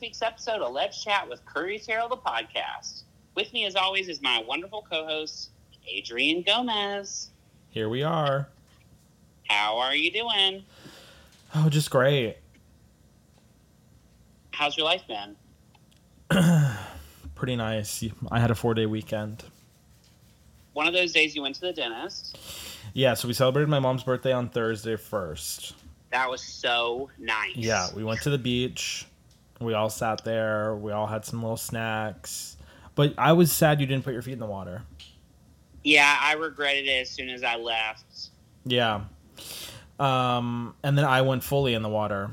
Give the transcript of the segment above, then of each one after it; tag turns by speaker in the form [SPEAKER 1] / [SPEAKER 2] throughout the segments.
[SPEAKER 1] week's episode of Let's Chat with Curry's Herald, the podcast. With me, as always, is my wonderful co host, Adrian Gomez.
[SPEAKER 2] Here we are.
[SPEAKER 1] How are you doing?
[SPEAKER 2] Oh, just great.
[SPEAKER 1] How's your life been?
[SPEAKER 2] Pretty nice. I had a four day weekend.
[SPEAKER 1] One of those days you went to the dentist.
[SPEAKER 2] Yeah, so we celebrated my mom's birthday on Thursday first.
[SPEAKER 1] That was so nice.
[SPEAKER 2] Yeah, we went to the beach. We all sat there. We all had some little snacks. But I was sad you didn't put your feet in the water.
[SPEAKER 1] Yeah, I regretted it as soon as I left.
[SPEAKER 2] Yeah. Um, and then I went fully in the water.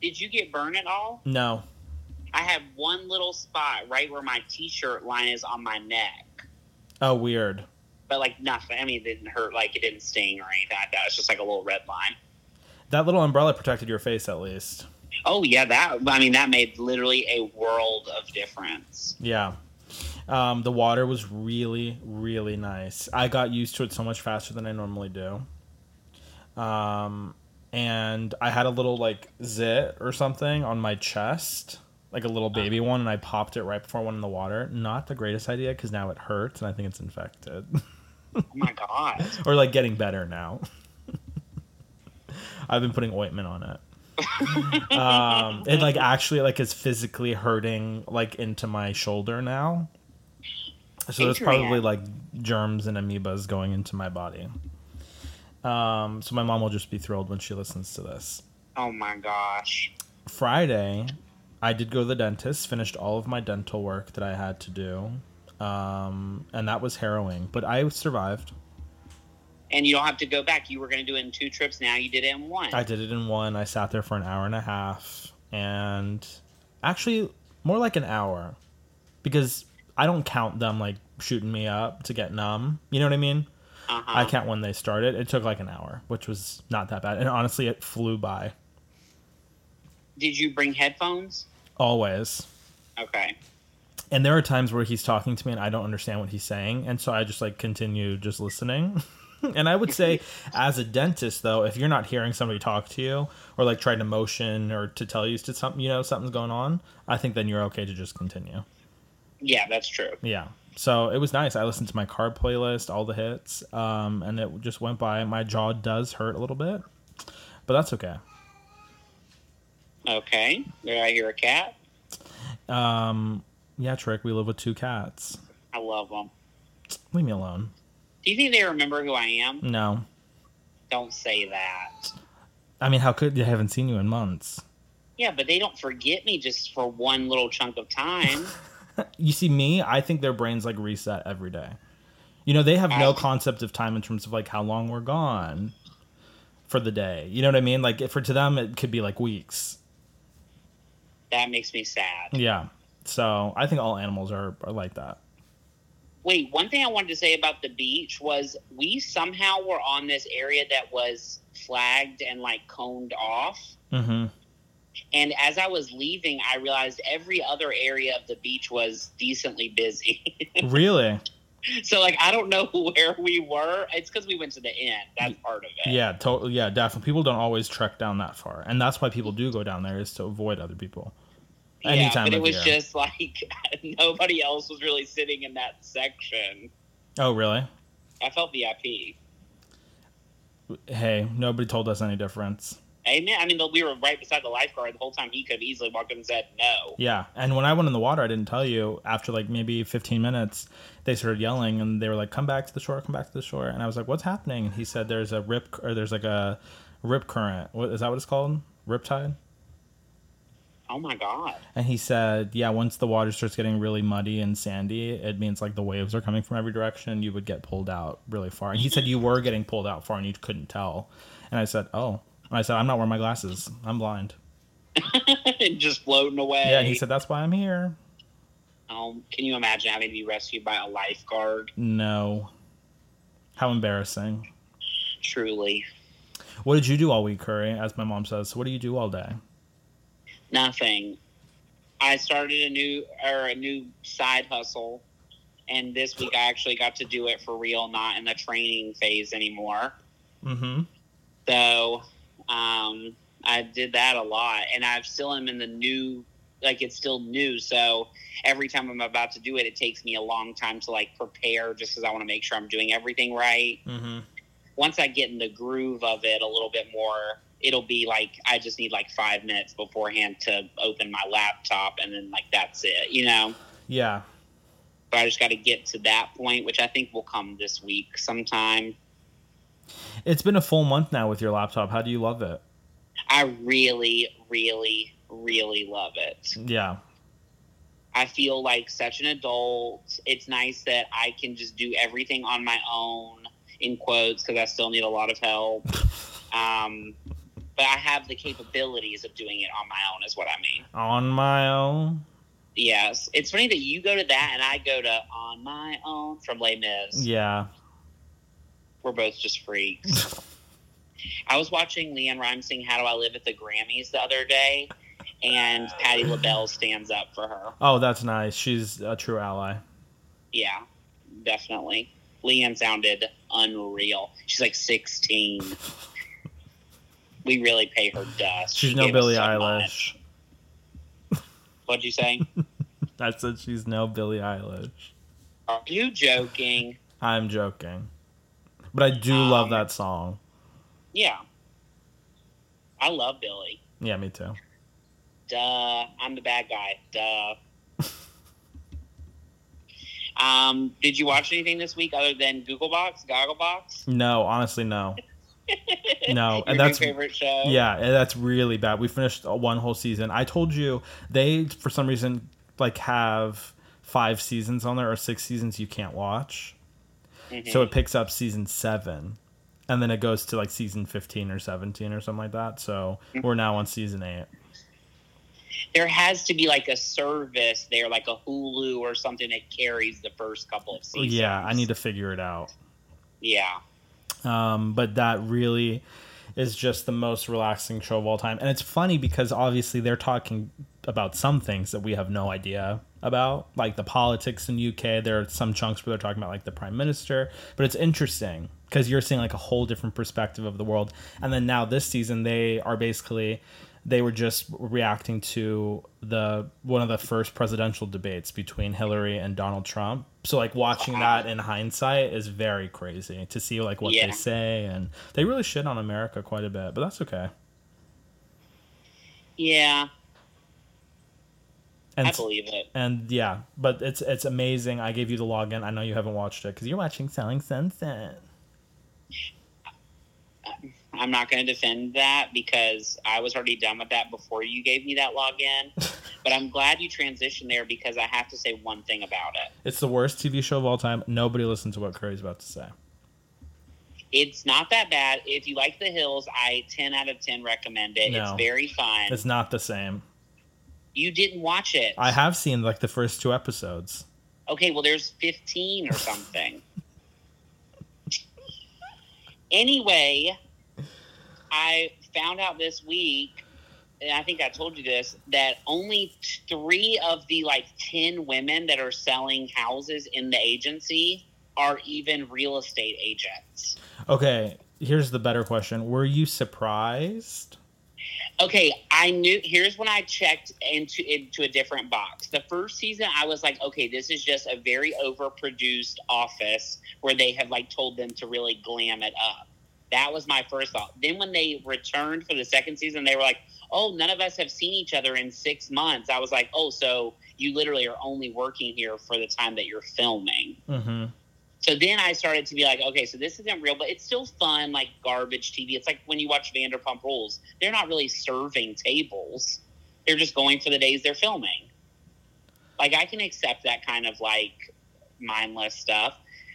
[SPEAKER 1] Did you get burned at all?
[SPEAKER 2] No.
[SPEAKER 1] I had one little spot right where my t shirt line is on my neck.
[SPEAKER 2] Oh, weird.
[SPEAKER 1] But like nothing. I mean, it didn't hurt. Like it didn't sting or anything like that. It's just like a little red line.
[SPEAKER 2] That little umbrella protected your face at least.
[SPEAKER 1] Oh yeah, that. I mean, that made literally a world of difference.
[SPEAKER 2] Yeah. Um, the water was really, really nice. I got used to it so much faster than I normally do. Um, and I had a little like zit or something on my chest, like a little baby one, and I popped it right before I went in the water. Not the greatest idea because now it hurts and I think it's infected
[SPEAKER 1] Oh my god.
[SPEAKER 2] or like getting better now. I've been putting ointment on it. um, it like actually like is physically hurting like into my shoulder now. So there's probably
[SPEAKER 1] Adrian.
[SPEAKER 2] like germs and amoebas going into my body. Um, so my mom will just be thrilled when she listens to this.
[SPEAKER 1] Oh my gosh.
[SPEAKER 2] Friday, I did go to the dentist, finished all of my dental work that I had to do. Um, and that was harrowing, but I survived.
[SPEAKER 1] And you don't have to go back. You were going to do it in two trips. Now you did it in one.
[SPEAKER 2] I did it in one. I sat there for an hour and a half, and actually more like an hour, because I don't count them like shooting me up to get numb. You know what I mean?
[SPEAKER 1] uh-huh.
[SPEAKER 2] I count when they started. It took like an hour, which was not that bad, and honestly, it flew by.
[SPEAKER 1] Did you bring headphones?
[SPEAKER 2] Always.
[SPEAKER 1] Okay.
[SPEAKER 2] And there are times where he's talking to me and I don't understand what he's saying, and so I just like continue just listening. and I would say, as a dentist, though, if you're not hearing somebody talk to you or like trying to motion or to tell you to something, you know, something's going on, I think then you're okay to just continue.
[SPEAKER 1] Yeah, that's true.
[SPEAKER 2] Yeah. So it was nice. I listened to my car playlist, all the hits, um, and it just went by. My jaw does hurt a little bit, but that's okay.
[SPEAKER 1] Okay. There I hear a cat.
[SPEAKER 2] Um, yeah, Trick, we live with two cats.
[SPEAKER 1] I love them.
[SPEAKER 2] Leave me alone.
[SPEAKER 1] Do you think they remember who I am?
[SPEAKER 2] No.
[SPEAKER 1] Don't say that.
[SPEAKER 2] I mean, how could they haven't seen you in months?
[SPEAKER 1] Yeah, but they don't forget me just for one little chunk of time.
[SPEAKER 2] You see, me, I think their brains like reset every day. You know, they have no concept of time in terms of like how long we're gone for the day. You know what I mean? Like for to them, it could be like weeks.
[SPEAKER 1] that makes me sad.
[SPEAKER 2] Yeah. So I think all animals are, are like that.
[SPEAKER 1] Wait, one thing I wanted to say about the beach was we somehow were on this area that was flagged and like coned off.
[SPEAKER 2] Mm-hmm.
[SPEAKER 1] And as I was leaving, I realized every other area of the beach was decently busy.
[SPEAKER 2] Really?
[SPEAKER 1] so, like, I don't know where we were. It's because we went to the end. That's part of it.
[SPEAKER 2] Yeah. Totally. Yeah. Definitely. People don't always trek down that far, and that's why people do go down there is to avoid other people. Any
[SPEAKER 1] yeah,
[SPEAKER 2] time
[SPEAKER 1] but it
[SPEAKER 2] of
[SPEAKER 1] was
[SPEAKER 2] year.
[SPEAKER 1] just like nobody else was really sitting in that section.
[SPEAKER 2] Oh, really?
[SPEAKER 1] I felt VIP.
[SPEAKER 2] Hey, nobody told us any difference.
[SPEAKER 1] Amen. I mean, the- we were right beside the lifeguard the whole time. He could have easily walked up and said no.
[SPEAKER 2] Yeah, and when I went in the water, I didn't tell you. After like maybe 15 minutes, they started yelling and they were like, "Come back to the shore! Come back to the shore!" And I was like, "What's happening?" And he said, "There's a rip or there's like a rip current. What is that? What it's called? Riptide."
[SPEAKER 1] Oh my god.
[SPEAKER 2] And he said, "Yeah, once the water starts getting really muddy and sandy, it means like the waves are coming from every direction. You would get pulled out really far." And he said, "You were getting pulled out far, and you couldn't tell." And I said, "Oh." And I said, "I'm not wearing my glasses. I'm blind."
[SPEAKER 1] Just floating away.
[SPEAKER 2] Yeah. And he said, "That's why I'm here."
[SPEAKER 1] um, can you imagine having to be rescued by a lifeguard?
[SPEAKER 2] No. How embarrassing.
[SPEAKER 1] Truly.
[SPEAKER 2] What did you do all week, Curry? As my mom says, what do you do all day?
[SPEAKER 1] Nothing. I started a new or a new side hustle and this week I actually got to do it for real, not in the training phase anymore.
[SPEAKER 2] Mm-hmm.
[SPEAKER 1] So um, I I did that a lot, and I still am in the new, like it's still new. So every time I'm about to do it, it takes me a long time to like prepare, just because I want to make sure I'm doing everything right.
[SPEAKER 2] Mm-hmm.
[SPEAKER 1] Once I get in the groove of it a little bit more, it'll be like I just need like five minutes beforehand to open my laptop, and then like that's it, you know.
[SPEAKER 2] Yeah.
[SPEAKER 1] But I just got to get to that point, which I think will come this week sometime.
[SPEAKER 2] It's been a full month now with your laptop. How do you love it?
[SPEAKER 1] I really, really, really love it.
[SPEAKER 2] Yeah.
[SPEAKER 1] I feel like such an adult. It's nice that I can just do everything on my own, in quotes, because I still need a lot of help. Um, but I have the capabilities of doing it on my own, is what I mean.
[SPEAKER 2] On my own.
[SPEAKER 1] Yes. It's funny that you go to that and I go to On My Own from Les Mis.
[SPEAKER 2] Yeah.
[SPEAKER 1] We're both just freaks. I was watching Leanne Rhymes sing How Do I Live at the Grammys the other day, and Patti LaBelle stands up for her.
[SPEAKER 2] Oh, that's nice. She's a true ally.
[SPEAKER 1] Yeah, definitely. Leanne sounded unreal. She's like 16. we really pay her dust.
[SPEAKER 2] She's
[SPEAKER 1] She
[SPEAKER 2] no
[SPEAKER 1] gave us
[SPEAKER 2] Billie
[SPEAKER 1] so
[SPEAKER 2] Eilish.
[SPEAKER 1] much. What'd you say?
[SPEAKER 2] I said she's no Billie Eilish.
[SPEAKER 1] Are you joking?
[SPEAKER 2] I'm joking. But I do
[SPEAKER 1] Um,
[SPEAKER 2] love that song.
[SPEAKER 1] Yeah. I love Billy.
[SPEAKER 2] Yeah, me too.
[SPEAKER 1] Duh. I'm the bad guy. Duh. um, did you watch anything this week other than Googlebox, Gogglebox?
[SPEAKER 2] No, honestly, no. No,
[SPEAKER 1] Your
[SPEAKER 2] Oh, and
[SPEAKER 1] new
[SPEAKER 2] that's-
[SPEAKER 1] favorite show.
[SPEAKER 2] Yeah, and that's really bad. We finished uh, one whole season. I told you they, for some reason, like have five seasons on there or six seasons you can't watch.
[SPEAKER 1] Mhm.
[SPEAKER 2] So it picks up season seven, and then it goes to like season fifteen or seventeen or something like that. So we're now on season eight.
[SPEAKER 1] there has to be like a service there, like a Hulu or something that carries the first couple of seasons.
[SPEAKER 2] Yeah, I need to figure it out.
[SPEAKER 1] Yeah.
[SPEAKER 2] um, but that really is just the most relaxing show of all time and it's funny because obviously they're talking about some things that we have no idea about like the politics in uk there are some chunks where they're talking about like the prime minister but it's interesting because you're seeing like a whole different perspective of the world and then now this season they are basically they were just reacting to the one of the first presidential debates between Hillary and Donald Trump. So like watching that in hindsight is very crazy to see like what
[SPEAKER 1] Yeah.
[SPEAKER 2] they say and they really shit on America quite a bit, but that's okay.
[SPEAKER 1] Yeah.
[SPEAKER 2] And
[SPEAKER 1] I believe it.
[SPEAKER 2] and yeah, but it's it's amazing. I gave you the login. I know you haven't watched it because you're watching Selling Sunset.
[SPEAKER 1] I'm not going to defend that because I was already done with that before you gave me that login. but I'm glad you transitioned there because I have to say one thing about it.
[SPEAKER 2] It's the worst TV show of all time. Nobody listens to what Curry's about to say.
[SPEAKER 1] It's not that bad. If you like The Hills, I 10 out of 10 recommend it.
[SPEAKER 2] No.
[SPEAKER 1] It's very fun.
[SPEAKER 2] It's not the same.
[SPEAKER 1] you didn't watch it.
[SPEAKER 2] I have seen like the first two episodes.
[SPEAKER 1] okay, well, there's 15 or something. anyway, I found out this week, and I think I told you this, that only three of the like 10 women that are selling houses in the agency are even real estate agents.
[SPEAKER 2] Okay, here's the better question. Were you surprised?
[SPEAKER 1] okay i knew here's when i checked into into a different box the first season i was like okay this is just a very overproduced office where they have like told them to really glam it up that was my first thought then when they returned for the second season they were like oh none of us have seen each other in six months i was like oh so you literally are only working here for the time that you're filming
[SPEAKER 2] Mm-hmm.
[SPEAKER 1] so then I started to be like, okay, so this isn't real, but it's still fun, like garbage TV. It's like when you watch Vanderpump Rules, they're not really serving tables, they're just going for the days they're filming. Like, I can accept that kind of like mindless stuff.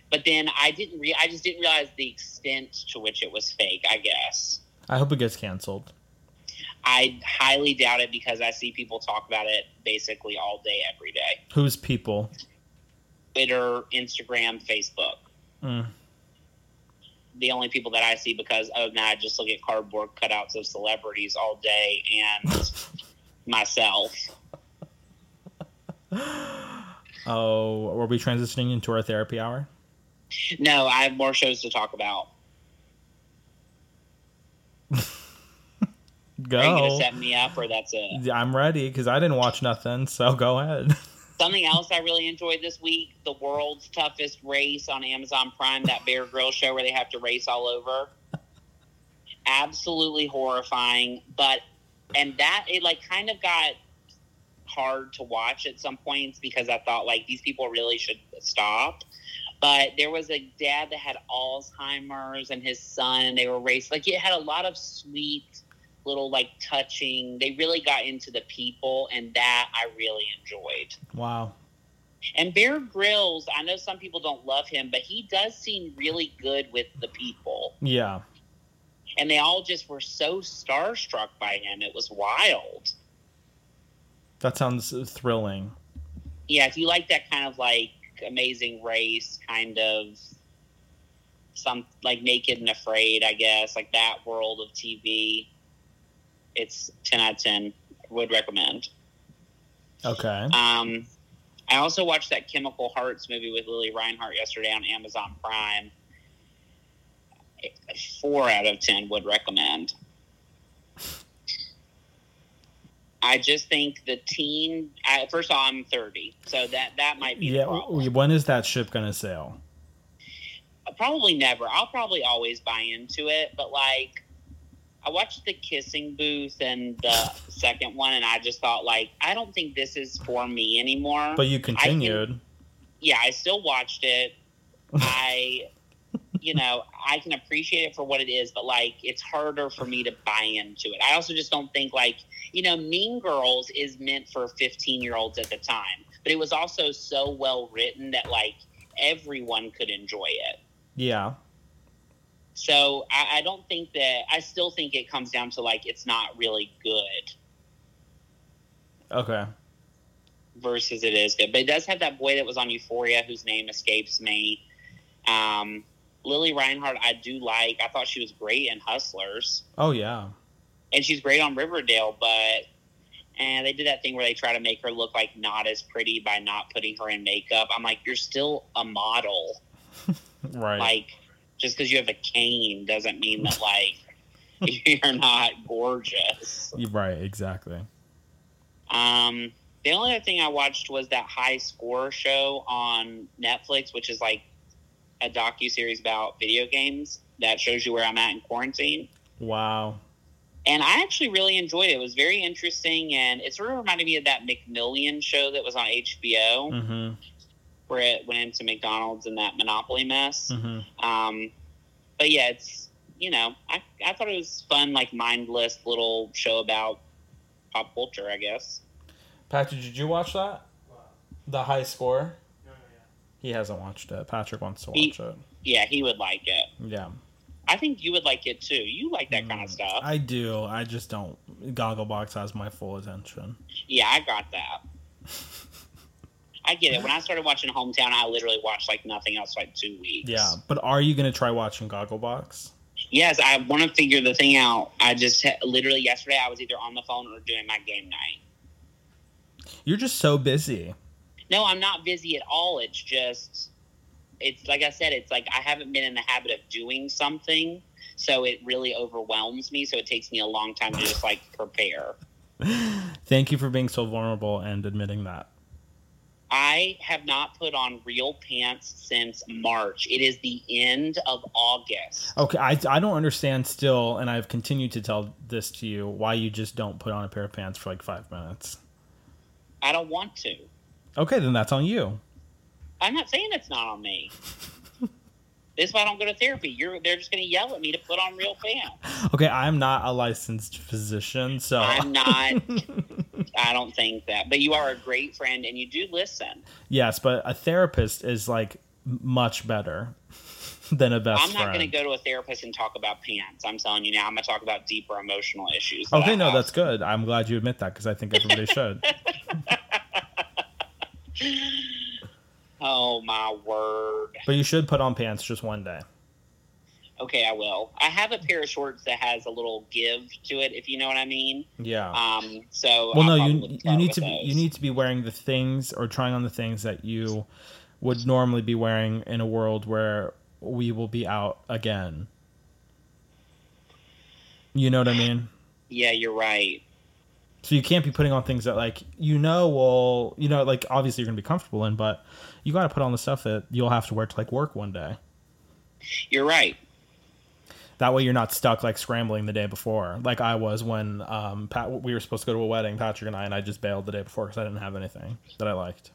[SPEAKER 1] But then I didn't re- I just didn't realize the extent to which it was fake, I guess.
[SPEAKER 2] I hope it gets canceled.
[SPEAKER 1] I highly doubt it because I see people talk about it basically all day every day.
[SPEAKER 2] Who's people?
[SPEAKER 1] Twitter, Instagram, Facebook.
[SPEAKER 2] Mm.
[SPEAKER 1] the only people that I see because oh now I just look at cardboard cutouts of celebrities all day and myself.
[SPEAKER 2] Oh, are we transitioning into our therapy hour?
[SPEAKER 1] No, I have more shows to talk about.
[SPEAKER 2] Go.
[SPEAKER 1] Are you gonna set me up or that's it?
[SPEAKER 2] I'm ready because I didn't watch nothing. So go ahead.
[SPEAKER 1] Something else I really enjoyed this week: the world's toughest race on Amazon Prime, that Bear Grill show where they have to race all over. Absolutely horrifying, but and that it like kind of got hard to watch at some points because I thought like these people really should stop. But there was a dad that had Alzheimer's and his son, and they were raced. Like it had a lot of sweet little like touching. They really got into the people, and that I really enjoyed.
[SPEAKER 2] Wow.
[SPEAKER 1] And Bear Grylls, I know some people don't love him, but he does seem really good with the people.
[SPEAKER 2] Yeah.
[SPEAKER 1] And they all just were so starstruck by him. It was wild.
[SPEAKER 2] That sounds thrilling.
[SPEAKER 1] Yeah, if you like that kind of like amazing race, kind of some like naked and afraid, I guess, like that world of TV, it's 10 out of 10. Would recommend.
[SPEAKER 2] Okay.
[SPEAKER 1] Um, I also watched that Chemical Hearts movie with Lily Reinhart yesterday on Amazon Prime. Four out of 10 would recommend. I just think the teen. I, first of all, I'm 30, so that that might be.
[SPEAKER 2] Yeah.
[SPEAKER 1] The problem. Uh,
[SPEAKER 2] When is that ship gonna sail?
[SPEAKER 1] Probably never. I'll probably always buy into it, but like, I watched the kissing booth and the second one, and I just thought like, I don't think this is for me anymore.
[SPEAKER 2] But you continued.
[SPEAKER 1] yeah, I still watched it. I, you know, I can appreciate it for what it is, but like it's harder for me to buy into it. I also just don't think like, you know, Mean Girls is meant for 15 year olds at the time, but it was also so well written that like everyone could enjoy it.
[SPEAKER 2] Yeah.
[SPEAKER 1] So I, I don't think that, I still think it comes down to like it's not really good
[SPEAKER 2] Okay.
[SPEAKER 1] versus it is good. But it does have that boy that was on Euphoria whose name escapes me. Um, Lily Reinhardt, I do like. I thought she was great in Hustlers,
[SPEAKER 2] Oh yeah.
[SPEAKER 1] and she's great on Riverdale. But and they did that thing where they try to make her look like not as pretty by not putting her in makeup. I'm like, you're still a model.
[SPEAKER 2] Right.
[SPEAKER 1] Like just because you have a cane doesn't mean that like you're not gorgeous.
[SPEAKER 2] You're right. Exactly.
[SPEAKER 1] Um, the only other thing I watched was that High Score show on Netflix, which is like a docu series about video games that shows you where I'm at in quarantine.
[SPEAKER 2] Wow.
[SPEAKER 1] And I actually really enjoyed it. It was very interesting, and it sort of reminded me of that McMillian show that was on HBO,
[SPEAKER 2] Mm-hmm.
[SPEAKER 1] where it went into McDonald's and that Monopoly mess.
[SPEAKER 2] Mm-hmm.
[SPEAKER 1] Um, but yeah, it's you know, I I thought it was fun, like mindless little show about pop culture, I guess.
[SPEAKER 2] Patrick, did you watch that? The high score. He hasn't watched it. Patrick wants to
[SPEAKER 1] He-
[SPEAKER 2] watch it.
[SPEAKER 1] Yeah, he would like it.
[SPEAKER 2] Yeah.
[SPEAKER 1] I think you would like it too. You like that kind of stuff.
[SPEAKER 2] Mm, I do. I just don't. Gogglebox has my full attention.
[SPEAKER 1] yeah, I got that. I get it. When I started watching Hometown, I literally watched like nothing else for, like two weeks.
[SPEAKER 2] Yeah, but are you gonna try watching Gogglebox?
[SPEAKER 1] Yes, I want to figure the thing out. I just ha- literally yesterday I was either on the phone or doing my game night.
[SPEAKER 2] You're just so busy.
[SPEAKER 1] No, I'm not busy at all. It's just, it's like I said, it's like I haven't been in the habit of doing something. So it really overwhelms me. So it takes me a long time to just like prepare.
[SPEAKER 2] Thank you for being so vulnerable and admitting that.
[SPEAKER 1] I have not put on real pants since March. It is the end of August.
[SPEAKER 2] Okay, I, I don't understand still, and I've continued to tell this to you why you just don't put on a pair of pants for like five minutes.
[SPEAKER 1] I don't want to.
[SPEAKER 2] Okay, then that's on you.
[SPEAKER 1] I'm not saying it's not on me. this is why I don't go to therapy. You're they're just gonna yell at me to put on real pants.
[SPEAKER 2] Okay, I'm not a licensed physician, so
[SPEAKER 1] I'm not I don't think that. But you are a great friend and you do listen.
[SPEAKER 2] yes, but a therapist is like m- much better than a best
[SPEAKER 1] I'm not
[SPEAKER 2] friend.
[SPEAKER 1] gonna go to a therapist and talk about pants. I'm telling you now, I'm gonna talk about deeper emotional issues. that I
[SPEAKER 2] okay, Oh, no,
[SPEAKER 1] have.
[SPEAKER 2] that's good. I'm glad you admit that because I think everybody should.
[SPEAKER 1] Oh my word.
[SPEAKER 2] But you should put on pants just one day.
[SPEAKER 1] Okay, I will. I have a pair of shorts that has a little give to it, if you know what I mean.
[SPEAKER 2] Yeah.
[SPEAKER 1] Um, so
[SPEAKER 2] Oh. well, no,
[SPEAKER 1] I'll
[SPEAKER 2] you
[SPEAKER 1] probably
[SPEAKER 2] you
[SPEAKER 1] start
[SPEAKER 2] need
[SPEAKER 1] with
[SPEAKER 2] to be, you
[SPEAKER 1] those.
[SPEAKER 2] need to be wearing the things or trying on the things that you would normally be wearing in a world where we will be out again. You know what I mean?
[SPEAKER 1] Yeah, you're right.
[SPEAKER 2] So you can't be putting on things that like you know will you know like obviously you're gonna be comfortable in, but you got to put on the stuff that you'll have to wear to like work one day.
[SPEAKER 1] You're right.
[SPEAKER 2] That way you're not stuck like scrambling the day before, like I was when um, Pat we were supposed to go to a wedding, Patrick and I, and I just bailed the day before because I didn't have anything that I liked.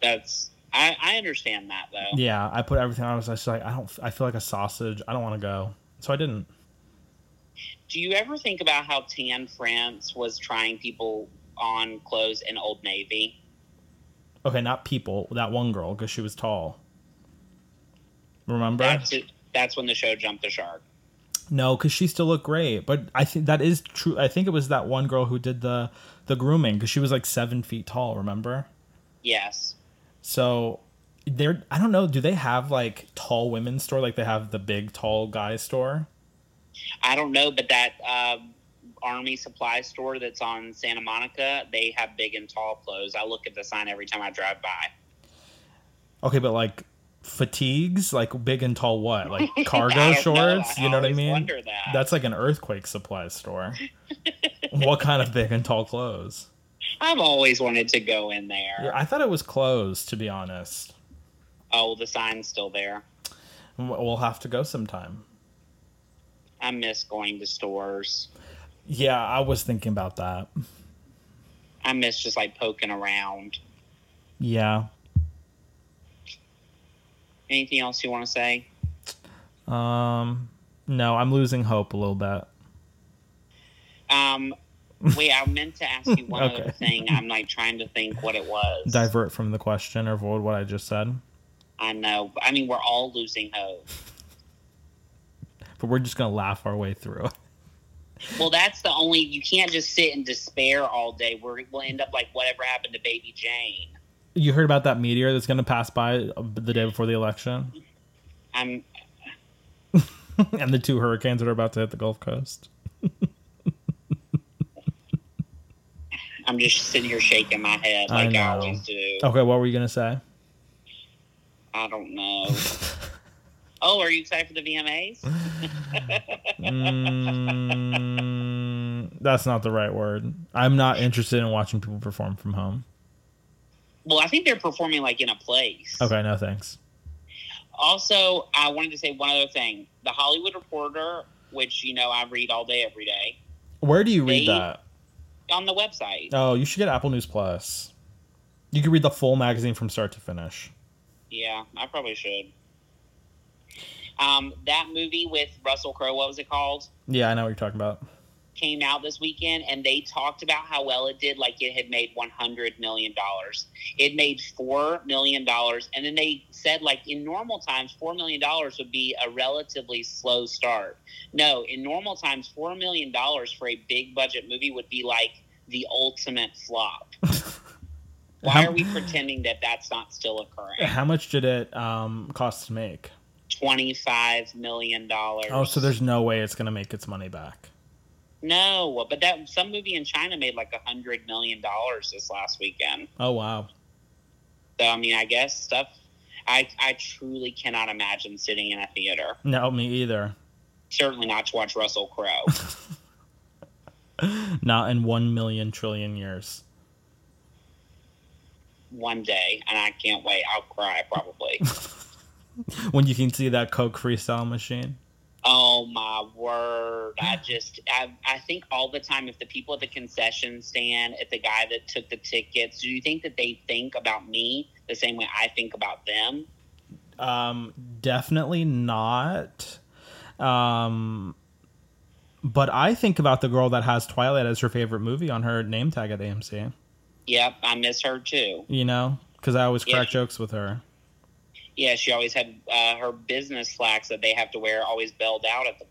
[SPEAKER 1] That's I, I understand that though.
[SPEAKER 2] Yeah, I put everything on. I was just like, I don't. I feel like a sausage. I don't want to go, so I didn't.
[SPEAKER 1] Do you ever think about how Tan France was trying people on clothes in Old Navy?
[SPEAKER 2] Okay, not people. That one girl because she was tall. Remember?
[SPEAKER 1] That's it. That's when the show jumped the shark.
[SPEAKER 2] No, because she still looked great. But I think that is true. I think it was that one girl who did the the grooming because she was like seven feet tall. Remember?
[SPEAKER 1] Yes.
[SPEAKER 2] So they're I don't know, do they have like tall women's store like they have the big tall guy store?
[SPEAKER 1] I don't know, but that um, army supply store that's on Santa Monica, they have big and tall clothes. I look at the sign every time I drive by.
[SPEAKER 2] Okay, but like fatigues, like big and tall what? Like cargo
[SPEAKER 1] I don't know.
[SPEAKER 2] shorts,
[SPEAKER 1] I
[SPEAKER 2] you know what I
[SPEAKER 1] always
[SPEAKER 2] mean?
[SPEAKER 1] wonder that.
[SPEAKER 2] That's like an earthquake supply store. what kind of big and tall clothes?
[SPEAKER 1] I've always wanted to go in there.
[SPEAKER 2] Yeah, I thought it was clothes to be honest.
[SPEAKER 1] Oh, the sign's still there.
[SPEAKER 2] W- We'll have to go sometime.
[SPEAKER 1] I miss going to stores.
[SPEAKER 2] Yeah, I was thinking about that.
[SPEAKER 1] I miss just like poking around.
[SPEAKER 2] Yeah.
[SPEAKER 1] Anything else you want to say?
[SPEAKER 2] Um no, I'm losing hope a little bit.
[SPEAKER 1] Um, wait, I meant to ask you one
[SPEAKER 2] Okay.
[SPEAKER 1] other thing. I'm like trying to think what it was.
[SPEAKER 2] Divert from the question or avoid what I just said.
[SPEAKER 1] I know. I mean, we're all losing hope.
[SPEAKER 2] but we're just gonna laugh our way through.
[SPEAKER 1] Well, that's the only. You can't just sit in despair all day. We're, we'll end up like whatever happened to Baby Jane.
[SPEAKER 2] You heard about that meteor that's gonna pass by uh, the day before the election,
[SPEAKER 1] I'm.
[SPEAKER 2] and the two hurricanes that are about to hit the Gulf Coast.
[SPEAKER 1] I'm just sitting here shaking my head
[SPEAKER 2] I
[SPEAKER 1] like I,
[SPEAKER 2] know.
[SPEAKER 1] always do.
[SPEAKER 2] Okay, what were you gonna say?
[SPEAKER 1] I don't know. oh, are you excited for the VMAs?
[SPEAKER 2] Mm, that's not the right word. I'm not interested in watching people perform from home.
[SPEAKER 1] Well, I think they're performing like in a place.
[SPEAKER 2] Okay, no thanks.
[SPEAKER 1] Also, I wanted to say one other thing. The Hollywood Reporter, which you know I read all day every day,
[SPEAKER 2] Where do you
[SPEAKER 1] They-
[SPEAKER 2] read that?
[SPEAKER 1] on the website.
[SPEAKER 2] Oh, you should get Apple News Plus. You can read the full magazine from start to finish.
[SPEAKER 1] Yeah, I probably should. Um, that movie with Russell Crowe, what was it called?
[SPEAKER 2] Yeah, I know what you're talking about.
[SPEAKER 1] Came out this weekend, and they talked about how well it did. Like it had made one hundred million dollars. It made four million dollars, and then they said like in normal times, four million dollars would be a relatively slow start. No, in normal times, four million dollars for a big budget movie would be like the ultimate flop. Why
[SPEAKER 2] How-
[SPEAKER 1] are we pretending that that's not still occurring?
[SPEAKER 2] How much did it um, cost to make?
[SPEAKER 1] Twenty-five million dollars.
[SPEAKER 2] Oh, so there's no way it's gonna make its money back.
[SPEAKER 1] No, but that some movie in China made like a hundred million dollars this last weekend.
[SPEAKER 2] Oh wow.
[SPEAKER 1] So I mean, I guess stuff. I I truly cannot imagine sitting in a theater.
[SPEAKER 2] No, me either.
[SPEAKER 1] Certainly not to watch Russell Crowe.
[SPEAKER 2] Not in one million trillion years.
[SPEAKER 1] One day, and I can't wait. I'll cry probably.
[SPEAKER 2] When you can see that Coke freestyle machine.
[SPEAKER 1] oh my word! I just I I think all the time if the people at the concession stand, if the guy that took the tickets, do you think that they think about me the same way I think about them?
[SPEAKER 2] Um, definitely not. Um, but I think about the girl that has Twilight as her favorite movie on her name tag at AMC.
[SPEAKER 1] Yep, I miss her too.
[SPEAKER 2] You know, because I always crack
[SPEAKER 1] Yeah.
[SPEAKER 2] jokes with her.
[SPEAKER 1] Yeah, she always had uh, her business slacks that they have to wear always belled out at the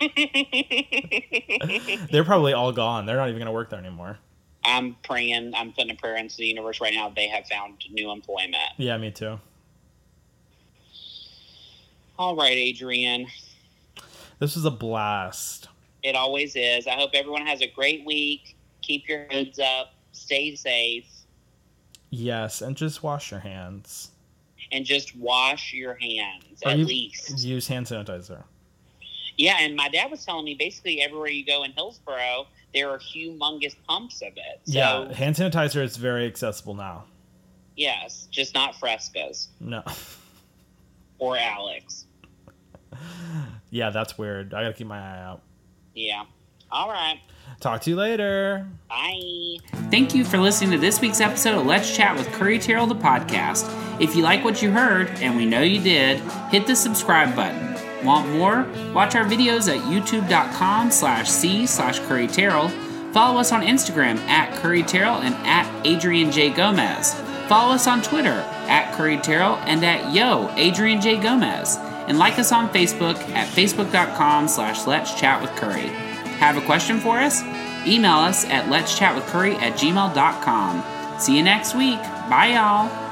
[SPEAKER 1] bottom.
[SPEAKER 2] They're probably all gone. They're not even gonna work there anymore.
[SPEAKER 1] I'm praying, I'm putting a prayer into the universe right now. that They have found new employment.
[SPEAKER 2] Yeah, me too.
[SPEAKER 1] All right, Adrian.
[SPEAKER 2] This was a blast.
[SPEAKER 1] It always is. I hope everyone has a great week. Keep your heads up, stay safe,
[SPEAKER 2] Yes, and just wash your hands.
[SPEAKER 1] and just wash your hands
[SPEAKER 2] Are
[SPEAKER 1] at
[SPEAKER 2] you-
[SPEAKER 1] least.
[SPEAKER 2] Use hand sanitizer.
[SPEAKER 1] Yeah, and my dad was telling me basically everywhere you go in Hillsboro, there are humongous pumps of it. So,
[SPEAKER 2] yeah, hand sanitizer is very accessible now.
[SPEAKER 1] Yes, just not Fresca's
[SPEAKER 2] No.
[SPEAKER 1] or Alex.
[SPEAKER 2] Yeah, that's weird. I gotta keep my eye out.
[SPEAKER 1] Yeah. All right.
[SPEAKER 2] Talk to you later.
[SPEAKER 1] Bye.
[SPEAKER 3] Thank you for listening to this week's episode of Let's Chat with Curry Terrell, the podcast. If you like what you heard, and we know you did, hit the subscribe button. Want more? Watch our videos at youtube.com slash C slash Curry Terrell. Follow us on Instagram at Curry Terrell and at Adrian J. Gomez. Follow us on Twitter at Curry Terrell and at Yo, Adrian J. Gomez. And like us on Facebook at facebook.com slash Let's Chat with Curry. Have a question for us? Email us at let's chat with curry at gmail.com. See you next week. Bye, y'all.